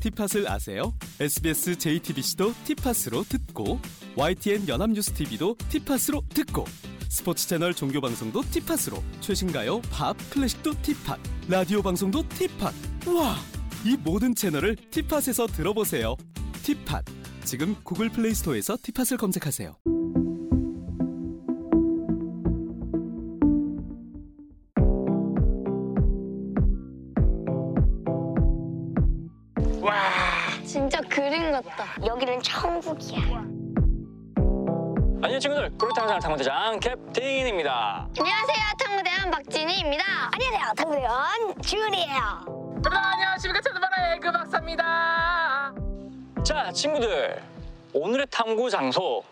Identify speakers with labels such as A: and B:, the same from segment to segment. A: 티팟을 아세요? SBS JTBC도 티팟으로 듣고 YTN 연합뉴스 TV도 티팟으로 듣고 스포츠 채널 종교 방송도 티팟으로 최신가요, 팝, 클래식도 티팟, 라디오 방송도 티팟. 와, 이 모든 채널을 티팟에서 들어보세요. 티팟. 지금 구글 플레이 스토어에서 티팟을 검색하세요.
B: 진짜 그림 같다. 여기는 천국이야.
C: 안녕 친구들 그렇다고 생각 당구대장 캡틴입니다
B: 안녕하세요. 탐구대원 박진희입니다. 안녕하세요. 탐구대원 지훈이에요.
D: 여러분 아, 안녕하십니까 천만의 그 박사입니다.
C: 자 친구들 오늘의 탐구 장소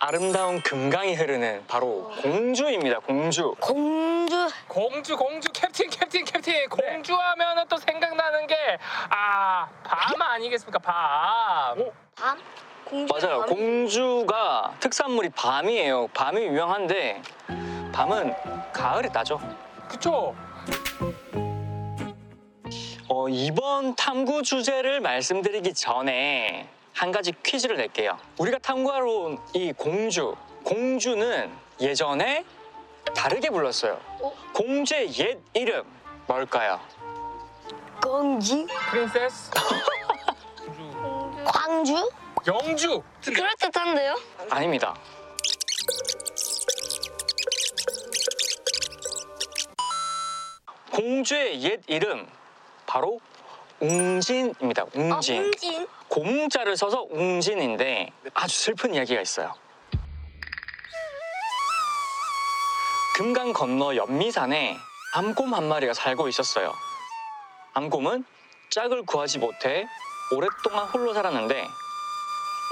C: 아름다운 금강이 흐르는 바로 공주입니다 공주
B: 공주.
D: 공주 공주 캡틴 캡틴 캡틴 공주 하면은 또 생각나는 게아밤 아니겠습니까 밤.
B: 밤? 공주.
C: 맞아요 공주가 특산물이 밤이에요 밤이 유명한데 밤은 가을에 따죠
D: 그쵸?
C: 어, 이번 탐구 주제를 말씀드리기 전에 한 가지 퀴즈를 낼게요. 우리가 탐구하러 온 이 공주, 공주는 예전에 다르게 불렀어요.
B: 어?
C: 공주의 옛 이름 뭘까요?
B: 공주.
D: 프린세스. 공주.
B: 광주?
D: 영주.
B: 그럴듯한데요?
C: 아닙니다. 공주의 옛 이름 바로 웅진입니다.
B: 아,
C: 웅진. 고문자를 써서 웅진인데 아주 슬픈 이야기가 있어요. 금강 건너 연미산에 암곰 한 마리가 살고 있었어요. 암곰은 짝을 구하지 못해 오랫동안 홀로 살았는데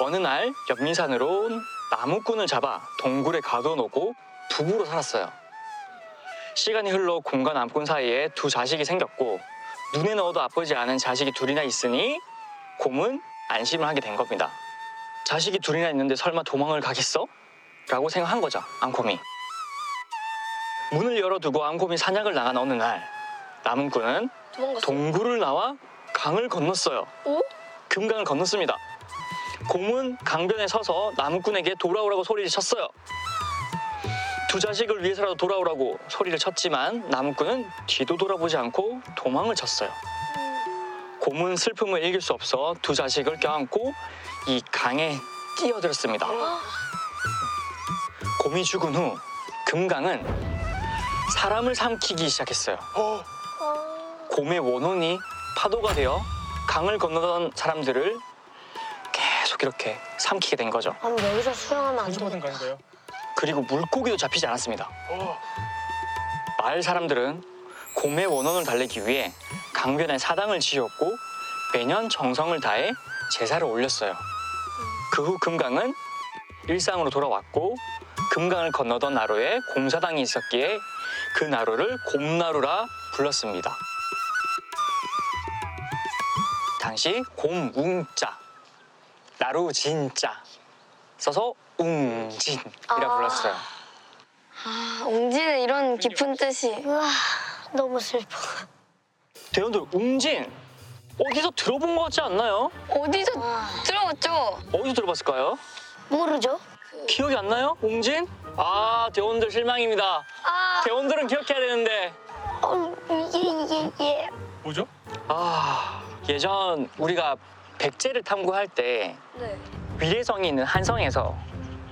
C: 어느 날 연미산으로 온 나무꾼을 잡아 동굴에 가둬놓고 부부로 살았어요. 시간이 흘러 곰과 남꾼 사이에 두 자식이 생겼고 눈에 넣어도 아프지 않은 자식이 둘이나 있으니 곰은 안심을 하게 된 겁니다. 자식이 둘이나 있는데 설마 도망을 가겠어? 라고 생각한 거죠, 앙곰이. 문을 열어두고 앙곰이 사냥을 나간 어느 날, 나문꾼은
B: 도망갔어.
C: 동굴을 나와 강을 건넜어요.
B: 오?
C: 금강을 건넜습니다. 곰은 강변에 서서 나무꾼에게 돌아오라고 소리를 쳤어요. 두 자식을 위해서라도 돌아오라고 소리를 쳤지만 나무꾼은 뒤도 돌아보지 않고 도망을 쳤어요. 곰은 슬픔을 이길 수 없어 두 자식을 껴안고 이 강에 뛰어들었습니다. 곰이 죽은 후 금강은 사람을 삼키기 시작했어요. 곰의 원혼이 파도가 되어 강을 건너던 사람들을 계속 이렇게 삼키게 된 거죠.
B: 그럼 여기서 수영하면 안
D: 무조건
B: 돼.
D: 가는 거예요.
C: 그리고 물고기도 잡히지 않았습니다.
D: 어.
C: 마을 사람들은 곰의 원혼을 달래기 위해 강변에 사당을 지었고 매년 정성을 다해 제사를 올렸어요. 그 후 금강은 일상으로 돌아왔고 금강을 건너던 나루에 곰사당이 있었기에 그 나루를 곰나루라 불렀습니다. 당시 곰웅자, 나루진자 써서 웅진이라
B: 아.
C: 불렀어요.
B: 아, 웅진은 이런 깊은 뜻이. 우와, 너무 슬퍼.
C: 대원들 웅진 어디서 들어본 것 같지 않나요?
B: 어디서 들어봤죠?
C: 어디서 들어봤을까요?
B: 모르죠?
C: 기억이 안 나요? 웅진? 아 대원들 실망입니다.
B: 아,
C: 대원들은 기억해야 되는데
B: 어, 예, 예, 예.
D: 뭐죠?
C: 아 예전 우리가 백제를 탐구할 때
B: 네.
C: 위례성이 있는 한성에서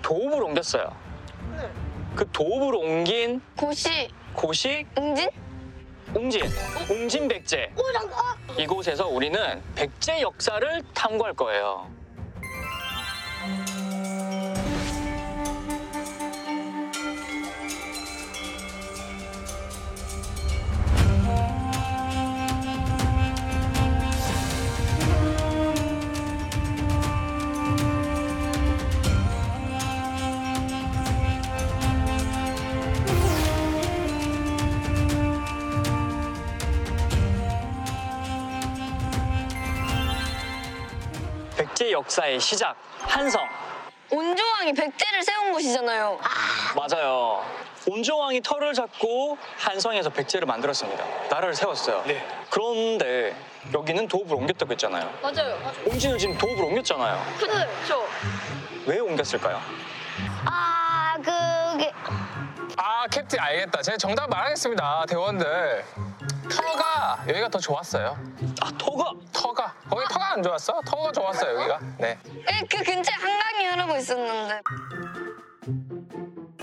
C: 도읍을 옮겼어요. 그 도읍을 옮긴
B: 고시,
C: 곳이
B: 웅진?
C: 웅진, 웅진 백제. 이곳에서 우리는 백제 역사를 탐구할 거예요. 백제 역사의 시작 한성
B: 온조왕이 백제를 세운 곳이잖아요.
C: 맞아요. 온종왕이 털을 잡고 한성에서 백제를 만들었습니다. 나라를 세웠어요.
E: 네.
C: 그런데 여기는 도읍을 옮겼다고 했잖아요.
F: 맞아요.
C: 옹진은 지금 도읍을 옮겼잖아요.
F: 그렇죠.
C: 왜 옮겼을까요?
B: 아 그게
D: 아 캡틴 알겠다. 제가 정답 말하겠습니다. 대원들 터가 여기가 더 좋았어요.
C: 아, 토가!
D: 터가 거기 터가 안 좋았어? 터가 좋았어요 여기가. 네.
B: 예, 그 근처에 한강이 흐르고 있었는데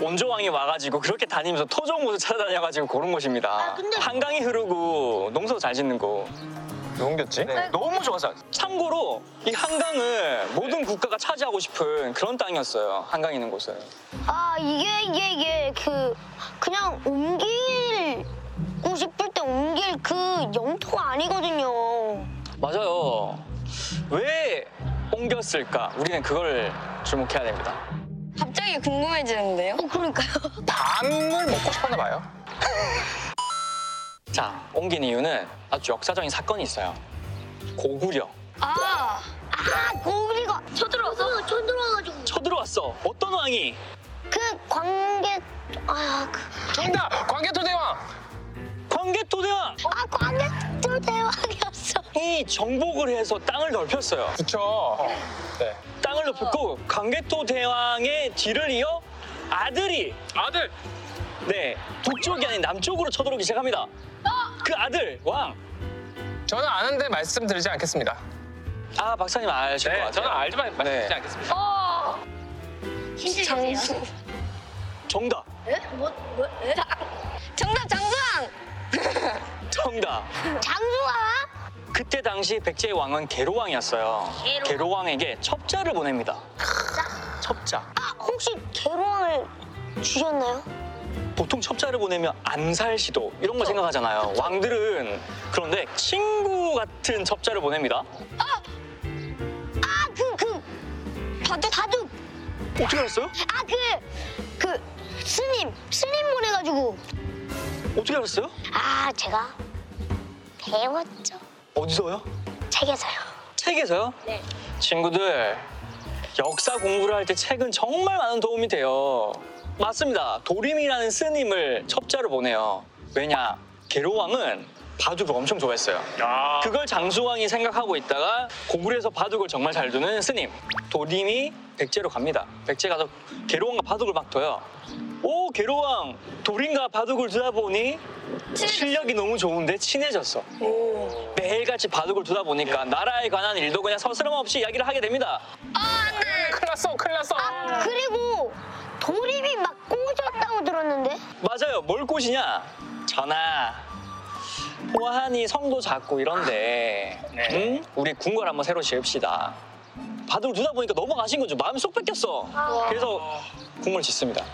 C: 온조왕이 와가지고 그렇게 다니면서 토 좋은 곳을 찾아다녀가지고 고른 곳입니다.
F: 뭐-
C: 한강이 흐르고 농사 잘 짓는 곳.
D: 왜 옮겼지?
C: 너무 좋았어요. 참고로 이 한강을 모든 국가가 차지하고 싶은 그런 땅이었어요. 한강 있는 곳은.
G: 아 이게 이게 이게 그 그냥 옮기고 싶을 때 옮길 그 영토가 아니거든요.
C: 맞아요. 왜 옮겼을까? 우리는 그걸 주목해야 됩니다.
B: 갑자기 궁금해지는데요?
G: 어 그러니까요.
D: 밤을 먹고 싶었나 봐요.
C: 자, 옮긴 이유는 아주 역사적인 사건이 있어요. 고구려.
B: 아
G: 아 고구리가 쳐들어서 쳐들어가지고
C: 쳐들어왔어. 어떤 왕이?
G: 그 관계 아그
D: 정답 광개토대왕.
C: 광개토대왕이
G: 아 관계 또 대왕이었어.
C: 정복을 해서 땅을 넓혔어요.
D: 그쵸. 네.
C: 땅을 넓혔고 광개토대왕의 뒤를 이어 아들이
D: 아들
C: 네 북쪽이 아닌 남쪽으로 쳐들어오기 시작합니다. 그 아들 왕.
D: 저는 아는데 말씀드리지 않겠습니다.
C: 아 박사님 아실 네. 것 같아요.
D: 네, 알지만
C: 말씀드리지
D: 않겠습니다.
G: 어.
F: 힌트
B: 장수
C: 정답.
F: 뭐, 뭐, 에?
B: 정답 장수왕
C: 정답.
G: 장수가
C: 그때 당시 백제의 왕은 계로왕이었어요.
F: 계로.
C: 계로왕에게 첩자를 보냅니다. 첩자.
G: 아, 혹시 개로왕을 주셨나요?
C: 보통 첩자를 보내면 암살 시도 이런 걸 생각하잖아요. 왕들은 그런데 친구 같은 첩자를 보냅니다.
G: 아 그 그 다둑 다둑
C: 어떻게 알았어요?
G: 아 그 그 스님 스님 보내가지고
C: 어떻게 알았어요?
G: 아 제가 배웠죠
C: 어디서요?
G: 책에서요.
C: 책에서요?
F: 네.
C: 친구들 역사 공부를 할 때 책은 정말 많은 도움이 돼요. 맞습니다. 도림이라는 스님을 첩자로 보내요. 왜냐? 계로왕은 바둑을 엄청 좋아했어요. 그걸 장수왕이 생각하고 있다가 고구려에서 바둑을 정말 잘 두는 스님 도림이 백제로 갑니다. 백제 가서 계로왕과 바둑을 막 둬요. 오 계로왕 도림과 바둑을 두다 보니 실력이 너무 좋은데 친해졌어. 매일같이 바둑을 두다 보니까 나라에 관한 일도 그냥 서스럼없이 이야기를 하게 됩니다.
D: 큰일 났어, 큰일 났어.
G: 아 그리고 도립이 막 꼬셨다고 들었는데
C: 맞아요. 뭘 꼬시냐? 전하. 호한이 성도 작고 이런데 응? 우리 궁궐 한번 새로 지읍시다. 바둑을 두다 보니까 넘어가신 거죠. 마음이 쏙 뺏겼어. 그래서 궁궐 짓습니다.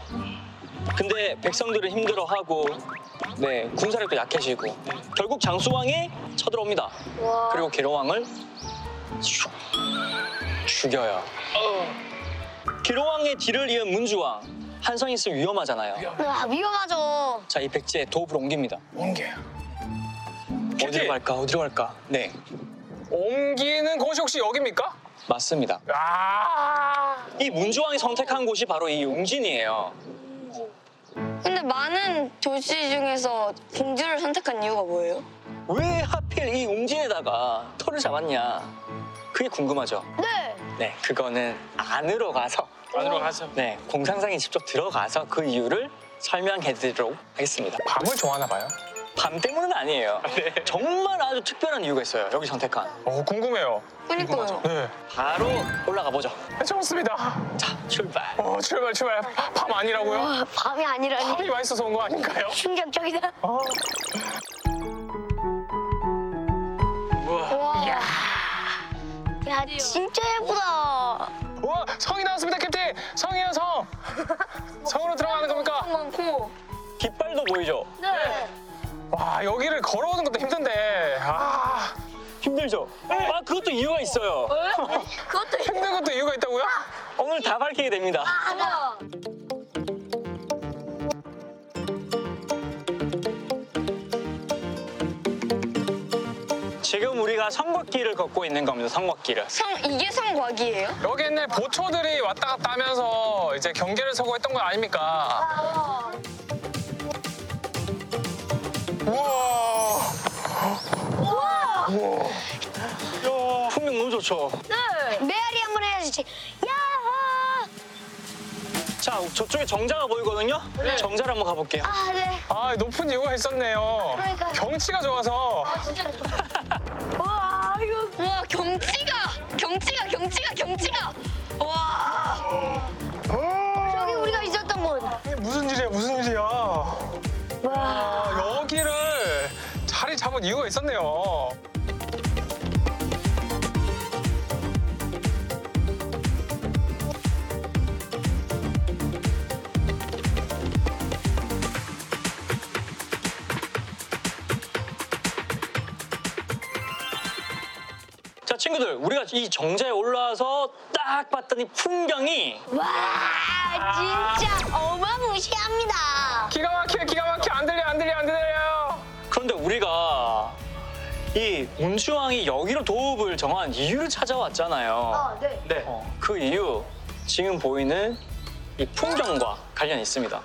C: 근데 백성들은 힘들어하고 네 군사력도 약해지고 결국 장수왕이 쳐들어옵니다. 그리고 계로왕을 슉 죽여요. 기로왕의 뒤를 이은 문주왕 한성이 있으면 위험하잖아요.
G: 와 위험하죠.
C: 자, 이 백제에 도읍을 옮깁니다.
D: 옮겨요.
C: 어디로 갈까? 어디로 갈까? 네,
D: 옮기는 곳이 혹시 여기입니까?
C: 맞습니다.
D: 아.
C: 이 문주왕이 선택한 곳이 바로 이 용진이에요.
B: 근데 많은 도시 중에서 공주를 선택한 이유가 뭐예요?
C: 왜 하필 이 용진에다가 털을 잡았냐? 그게 궁금하죠.
G: 네.
C: 네, 그거는 안으로 가서
D: 안으로 가서.
C: 네 공상상이 직접 들어가서 그 이유를 설명해드리도록 하겠습니다.
D: 밤을 좋아하나 봐요.
C: 밤 때문은 아니에요. 네. 정말 아주 특별한 이유가 있어요. 여기 선택한
D: 어 궁금해요.
B: 그러니까요
D: 네.
C: 바로 올라가 보죠.
D: 좋습니다.
C: 자, 출발.
D: 어 출발 출발. 밤 아니라고요?
G: 와 밤이 아니라니
D: 밤이 맛있어서 온 거 아닌가요?
G: 충격적이다.
B: 와
G: 야 진짜 예쁘다.
D: 우와 성이 나왔습니다 캡틴. 성이에요 성. 성으로 들어가는 겁니까?
B: 많고
C: 깃발도 보이죠?
B: 네.
G: 네.
D: 와 여기를 걸어오는 것도 힘든데. 아
C: 힘들죠? 아, 그것도 이유가 있어요.
D: 힘든 것도 이유가 있다고요?
C: 오늘 다 밝히게 됩니다. 지금 우리가 성곽길을 걷고 있는 겁니다. 성곽길을.
B: 성 이게 성곽이에요?
D: 여기 옛날 보초들이 왔다 갔다 하면서 이제 경계를 서고 했던 거 아닙니까?
C: 우와. 우와. 야, 어, 풍경 너무 좋죠.
G: 메아리 한 번 해야지. 야호!
C: 자, 저쪽에 정자가 보이거든요. 정자를 한번 가볼게요.
G: 아, 네.
D: 아 높은 이유가 있었네요.
G: 그러니까요.
D: 경치가 좋아서
G: 와, 이거
B: 와 경치가 경치가 경치가 경치가 와
G: 저기 우리가 있었던 곳.
D: 이게 무슨 일이야 무슨 일이야. 와 여기를 자리 잡은 이유가 있었네요.
C: 자, 친구들, 우리가 이 정자에 올라와서 딱 봤더니 풍경이
G: 와, 아, 진짜 어마무시합니다.
D: 기가 막혀 기가 막혀 안 들려 안 들려 안 들려요.
C: 그런데 우리가 이 온주왕이 여기로 도읍을 정한 이유를 찾아왔잖아요.
G: 어,
F: 네.
C: 네. 그 이유 지금 보이는 이 풍경과 관련이 있습니다.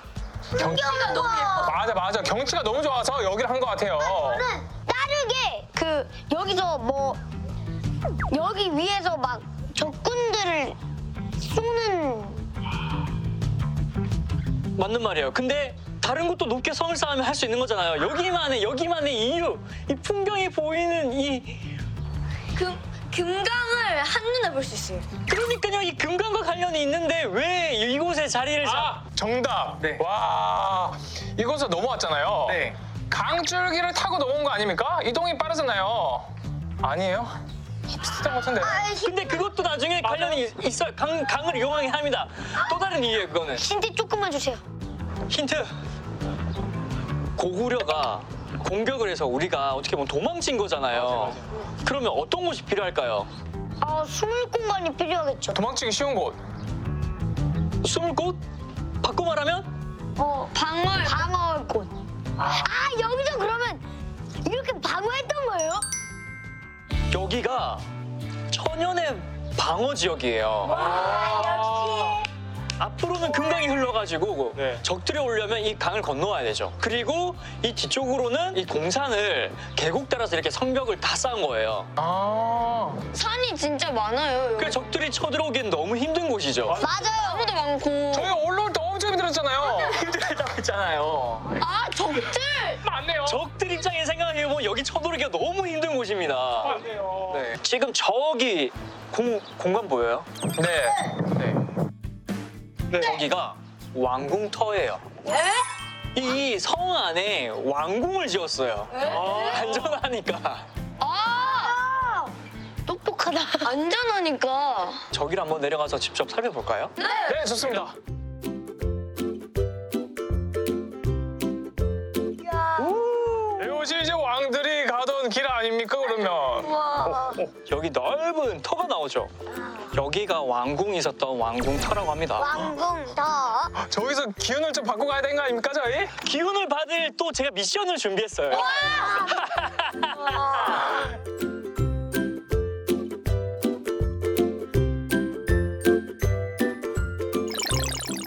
G: 경기가 너무 예뻐.
D: 맞아 맞아 경치가 너무 좋아서 여기를 한 것 같아요.
G: 저는 다르게 네, 그 여기서 뭐 여기 위에서 막 적군들을 쏘는
C: 맞는 말이에요. 근데 다른 곳도 높게 성을 쌓으면 할 수 있는 거잖아요. 여기만의 여기만의 이유, 이 풍경이 보이는 이
B: 금 금강을 한눈에 볼 수 있어요.
C: 그러니까요 이 금강과 관련이 있는데 왜 이곳에 자리를 잡?
D: 아 정답.
E: 네.
D: 와 이곳에 넘어왔잖아요.
E: 네.
D: 강줄기를 타고 넘어온 거 아닙니까? 이동이 빠르잖아요. 아니에요? 비슷한 것 같은데.
C: 근데 그것도 나중에 관련이 있- 있어요. 강, 강을 이용하긴 합니다. 또 다른 이유예요 그거는.
G: 힌트 조금만 주세요.
C: 힌트. 고구려가 공격을 해서 우리가 어떻게 보면 도망친 거잖아요. 그러면 어떤 곳이 필요할까요?
G: 아 숨을 공간이 필요하겠죠.
D: 도망치기 쉬운 곳.
C: 숨을 곳? 바꿔 말하면
G: 어 방어 방어할 곳. 아 여기서 그러면 이렇게 방어했던 거예요?
C: 여기가 천연의 방어 지역이에요.
D: 아.
C: 앞으로는 금강이 흘러가지고
D: 네.
C: 적들이 오려면 이 강을 건너와야 되죠. 그리고 이 뒤쪽으로는 이 공산을 계곡 따라서 이렇게 성벽을 다 쌓은 거예요.
D: 아.
B: 산이 진짜 많아요. 여기.
C: 그 적들이 쳐들어오기엔 너무 힘든 곳이죠.
G: 맞아요.
B: 나무도 많고
D: 저희 올라올 때 엄청 힘들었잖아요.
C: 힘들다고 했잖아요.
B: 아 적들
D: 맞네요.
C: 적들 입장에 생각해보면 여기 쳐들어오기가 너무 힘든
D: 아,
C: 곳입니다.
D: 맞네요.
C: 네. 지금 저기 공, 공간 보여요?
D: 네. 네.
C: 저기가 왕궁터예요. 이 성 안에 왕궁을 지었어요. 아, 안전하니까.
B: 아
G: 똑똑하다.
B: 안전하니까
C: 저기를 한번 내려가서 직접 살펴볼까요?
D: 네 좋습니다. 이곳이 이제 왕들이 가던 길 아닙니까 그러면?
C: 여기 넓은 터가 나오죠. 여기가 왕궁이 있었던 왕궁터라고 합니다.
G: 왕궁 더.
D: 저기서 기운을 좀 받고 가야 되는 거 아닙니까 저희?
C: 기운을 받을 또 제가 미션을 준비했어요.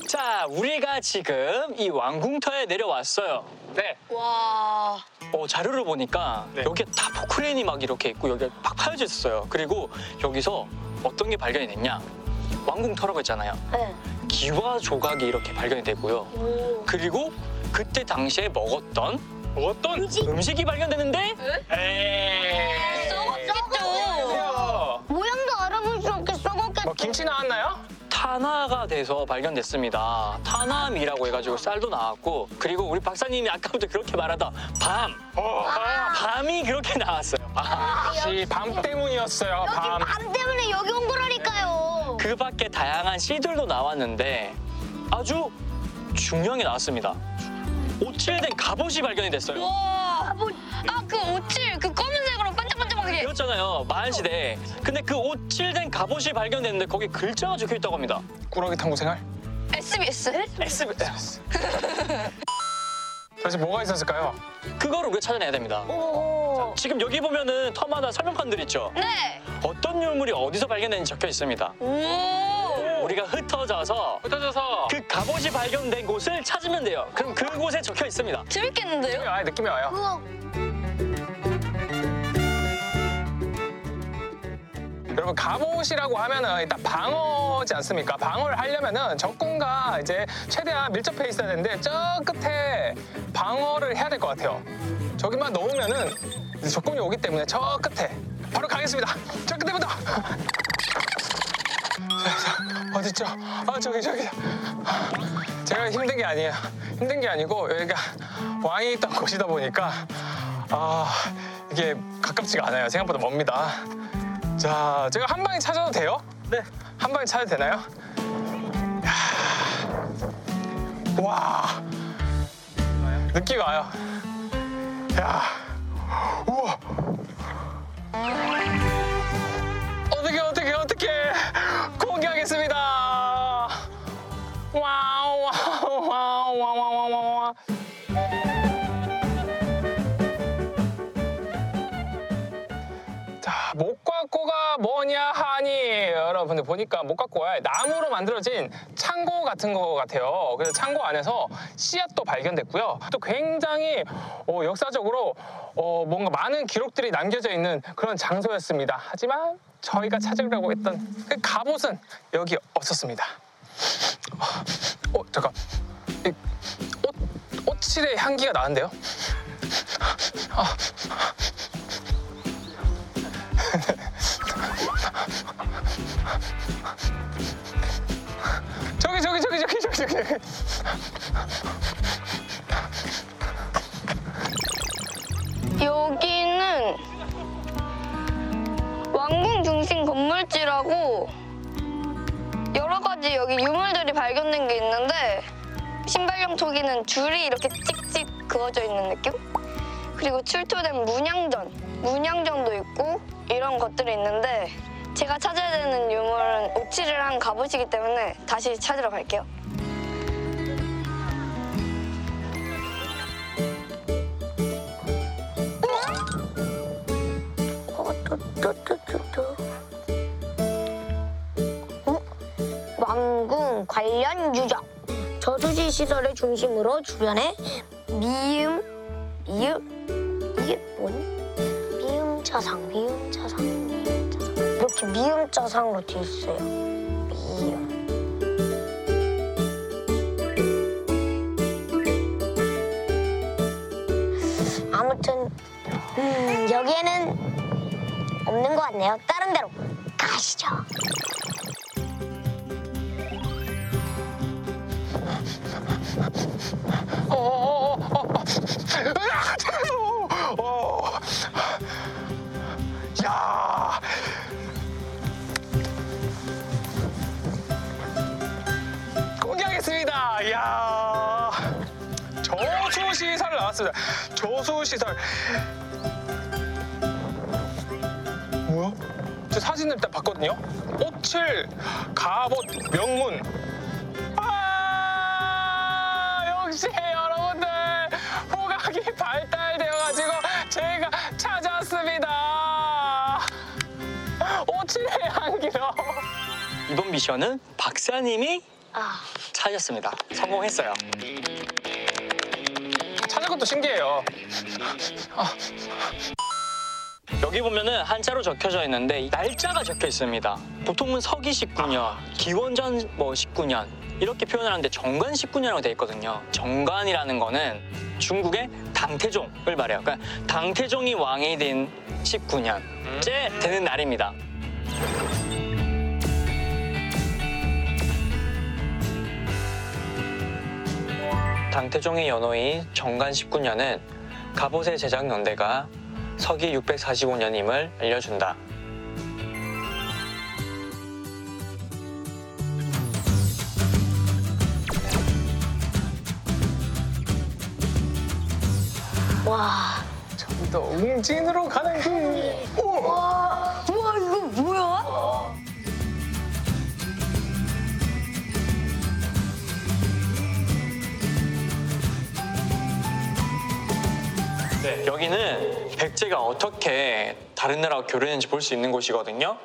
C: 자, 우리가 지금 이 왕궁터에 내려왔어요.
D: 네.
B: 와
C: 어, 자료를 보니까
D: 네.
C: 여기에 다 포크레인이 막 이렇게 있고 여기가 팍 파여져 있었어요. 그리고 여기서 어떤 게 발견이 됐냐? 왕궁터라고 했잖아요.
G: 네.
C: 기와 조각이 이렇게 발견이 되고요. 그리고 그때 당시에 먹었던
D: 어떤?
C: 음식이 발견되는데
E: 네.
C: 에이.
B: 썩었겠죠.
G: 모양도 알아볼 수 없게 썩었겠다.
D: 뭐 김치 나왔나요?
C: 탄화가 돼서 발견됐습니다. 탄화미라고 해가지고 쌀도 나왔고 그리고 우리 박사님이 아까부터 그렇게 말하다 밤
D: 어.
C: 밤이 그렇게 나왔어요. 밤.
D: 역시 밤 때문이었어요. 밤.
G: 밤 때문에 여기 온 거라니까요.
C: 그 밖에 다양한 씨들도 나왔는데 아주 중요한 게 나왔습니다. 오칠된 갑옷이 발견이 됐어요.
B: 뭐, 와아그 오칠 그 검은색으로 반짝반짝하게
C: 그렇잖아요 마한 시대. 근데 그 오칠된 갑옷이 발견됐는데 거기 글자가 적혀 있다고 합니다.
D: 꾸러기 탐구 생활.
B: SBS
C: SBS.
D: 도대체 뭐가 있었을까요?
C: 그거를 우리가 찾아내야 됩니다. 자, 지금 여기 보면은 터마다 설명판들 있죠.
B: 네
C: 어떤 유물이 어디서 발견됐는지 적혀 있습니다.
B: 오.
C: 우리가 흩어져서
D: 흩어져서
C: 그 갑옷이 발견된 곳을 찾으면 돼요. 그럼 그곳에 적혀 있습니다.
B: 재밌겠는데요?
D: 아, 느낌이 와요, 느낌이 와요.
G: 우와,
D: 여러분 갑옷이라고 하면은 일단 방어지 않습니까? 방어를 하려면은 적군과 이제 최대한 밀접해 있어야 되는데 저 끝에 방어를 해야 될 것 같아요. 저기만 넣으면은 이제 적군이 오기 때문에 저 끝에 바로 가겠습니다. 저 끝에부터. 어딨죠아 저기 저기. 제가 힘든 게 아니에요. 힘든 게 아니고 여기가 왕이 있던 곳이다 보니까 아 이게 가깝지가 않아요. 생각보다 멉니다. 자, 제가 한 방에 찾아도 돼요? 네. 한 방에 찾아도 되나요? 이야. 와. 느낌 와요. 야. 우와. 어떻게 어떻게 어떻게 공개하겠습니다. 와우 와우 와우 와우 와우 와우 와우. 자, 아, 목과꼬가 뭐냐 하니 여러분들 보니까 목과꼬가 나무로 만들어진 창고 같은 거 같아요. 그래서 창고 안에서 씨앗도 발견됐고요. 또 굉장히 어, 역사적으로 어, 뭔가 많은 기록들이 남겨져 있는 그런 장소였습니다. 하지만 저희가 찾으려고 했던 그 갑옷은 여기 없었습니다. 어, 잠깐. 이 옷, 옷실의 향기가 나는데요? 아, 저기 저기 저기 저기 저기 저기 저기
B: 여기는 왕궁 중심 건물지라고 여러 가지 여기 유물들이 발견된 게 있는데 신발용 토기는 줄이 이렇게 찍찍 그어져 있는 느낌? 그리고 출토된 문양전, 문양전도 있고 이런 것들이 있는데 제가 찾아야 되는 유물은 옥치를 한 갑옷이기 때문에 다시 찾으러 갈게요.
G: 어? 왕궁 관련 유적. 저수지 시설을 중심으로 주변에 미음, 미음, 이게 뭐니? 미음자상, 미음자상, 미음자상. 이렇게 미음자상으로 돼 있어요. 미음. 아무튼 음, 여기에는 없는 것 같네요. 다른 데로 가시죠.
D: 어어어어어 으악 잠깐만요 어. 야 공개하겠습니다 야 저수시설 나왔습니다 저수시설 뭐야 저 사진을 딱 봤거든요 옷을 갑옷 명문 아, 역시 여러분들 호각이 발달되어가지고 제가 찾았습니다. 오칠의 향기로.
C: 이번 미션은 박사님이 찾았습니다. 성공했어요.
D: 찾은 것도 신기해요.
C: 여기 보면은 한자로 적혀져 있는데 이 날짜가 적혀 있습니다. 보통은 서기 19년, 기원전 뭐 19년 이렇게 표현을 하는데 정관 19년이라고 돼 있거든요. 정관이라는 거는 중국의 당태종을 말해요. 그러니까 당태종이 왕이 된 19년째 되는 날입니다. 당태종의 연호인 정관 19년은 갑옷의 제작 연대가 서기 645년임을 알려준다.
G: 와.
D: 또 웅진으로 가는 그 길. 오!
G: 와, 우와 이거 뭐야?
C: 네. 여기는 백제가 어떻게 다른 나라와 교류했는지 볼 수 있는 곳이거든요.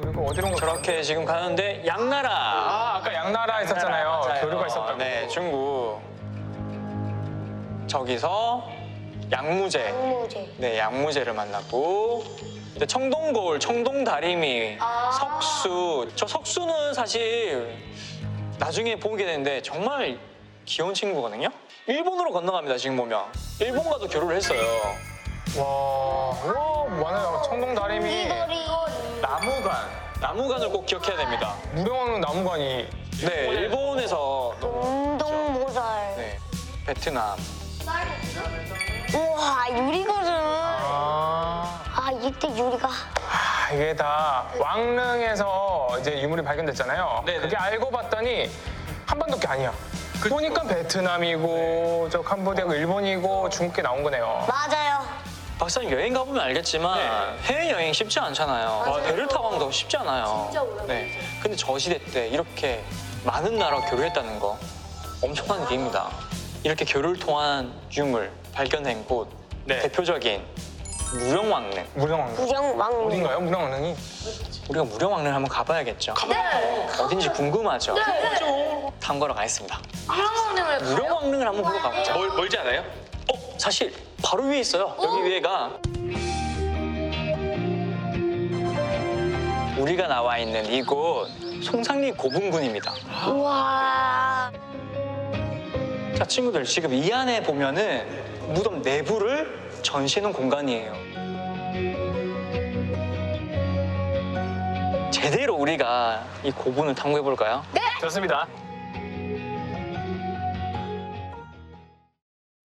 D: 그리고 어디론가
C: 저렇게 지금 가는데 양나라.
D: 아 아까 양나라 있었잖아요.
C: 맞아요.
D: 교류가 있었다고.
C: 네, 중국. 저기서 양무제.
F: 무제
C: 네, 양무제를 만났고 근데 청동골, 청동다리미,
F: 아.
C: 석수. 저 석수는 사실 나중에 보게 되는데 정말 귀여운 친구거든요. 일본으로 건너갑니다, 지금 보면. 일본과도 교류를 했어요.
D: 와, 와 많아요. 청동 다리미,
F: 이거리
D: 나무관,
C: 나무관을 꼭 기억해야 됩니다.
D: 무령왕릉 나무관이
C: 네, 일본에서
G: 운동모살.
C: 네, 베트남.
G: 우와 유리거든. 아
D: 아,
G: 이때 유리가
D: 아, 이게 다 왕릉에서 이제 유물이 발견됐잖아요.
C: 네네.
D: 그게 알고 봤더니 한반도게 아니야. 보니까 베트남이고 저 캄보디아고 일본이고 중국계 나온 거네요.
G: 맞아요.
C: 박사님 여행 가보면 알겠지만 해외 여행 쉽지 않잖아요. 배를 타고 가는 거 쉽지 않아요.
F: 진짜 오래
C: 네. 근데 저 시대 때 이렇게 많은 나라 교류했다는 거 엄청난 일입니다. 이렇게 교류를 통한 유물 발견된 곳 네. 대표적인 무령왕릉.
D: 무령왕릉.
G: 무령왕릉.
D: 어딘가요? 무령왕릉이?
C: 우리가 무령왕릉 한번 가봐야겠죠. 어딘지 궁금하죠. 탐구하러 네. 가겠습니다.
F: 무령왕릉을
C: 무령왕릉을 한번 보러 가보자. 멀, 멀지 않아요? 어, 사실 바로 위에 네. 있어요. 여기 위에가 우리가 나와 있는 이곳 송상리 고분군입니다.
G: 우와.
C: 자, 친구들 지금 이 안에 보면은 무덤 내부를 전시해놓은 공간이에요. 제대로 우리가 이 고분을 탐구해볼까요?
D: 좋습니다.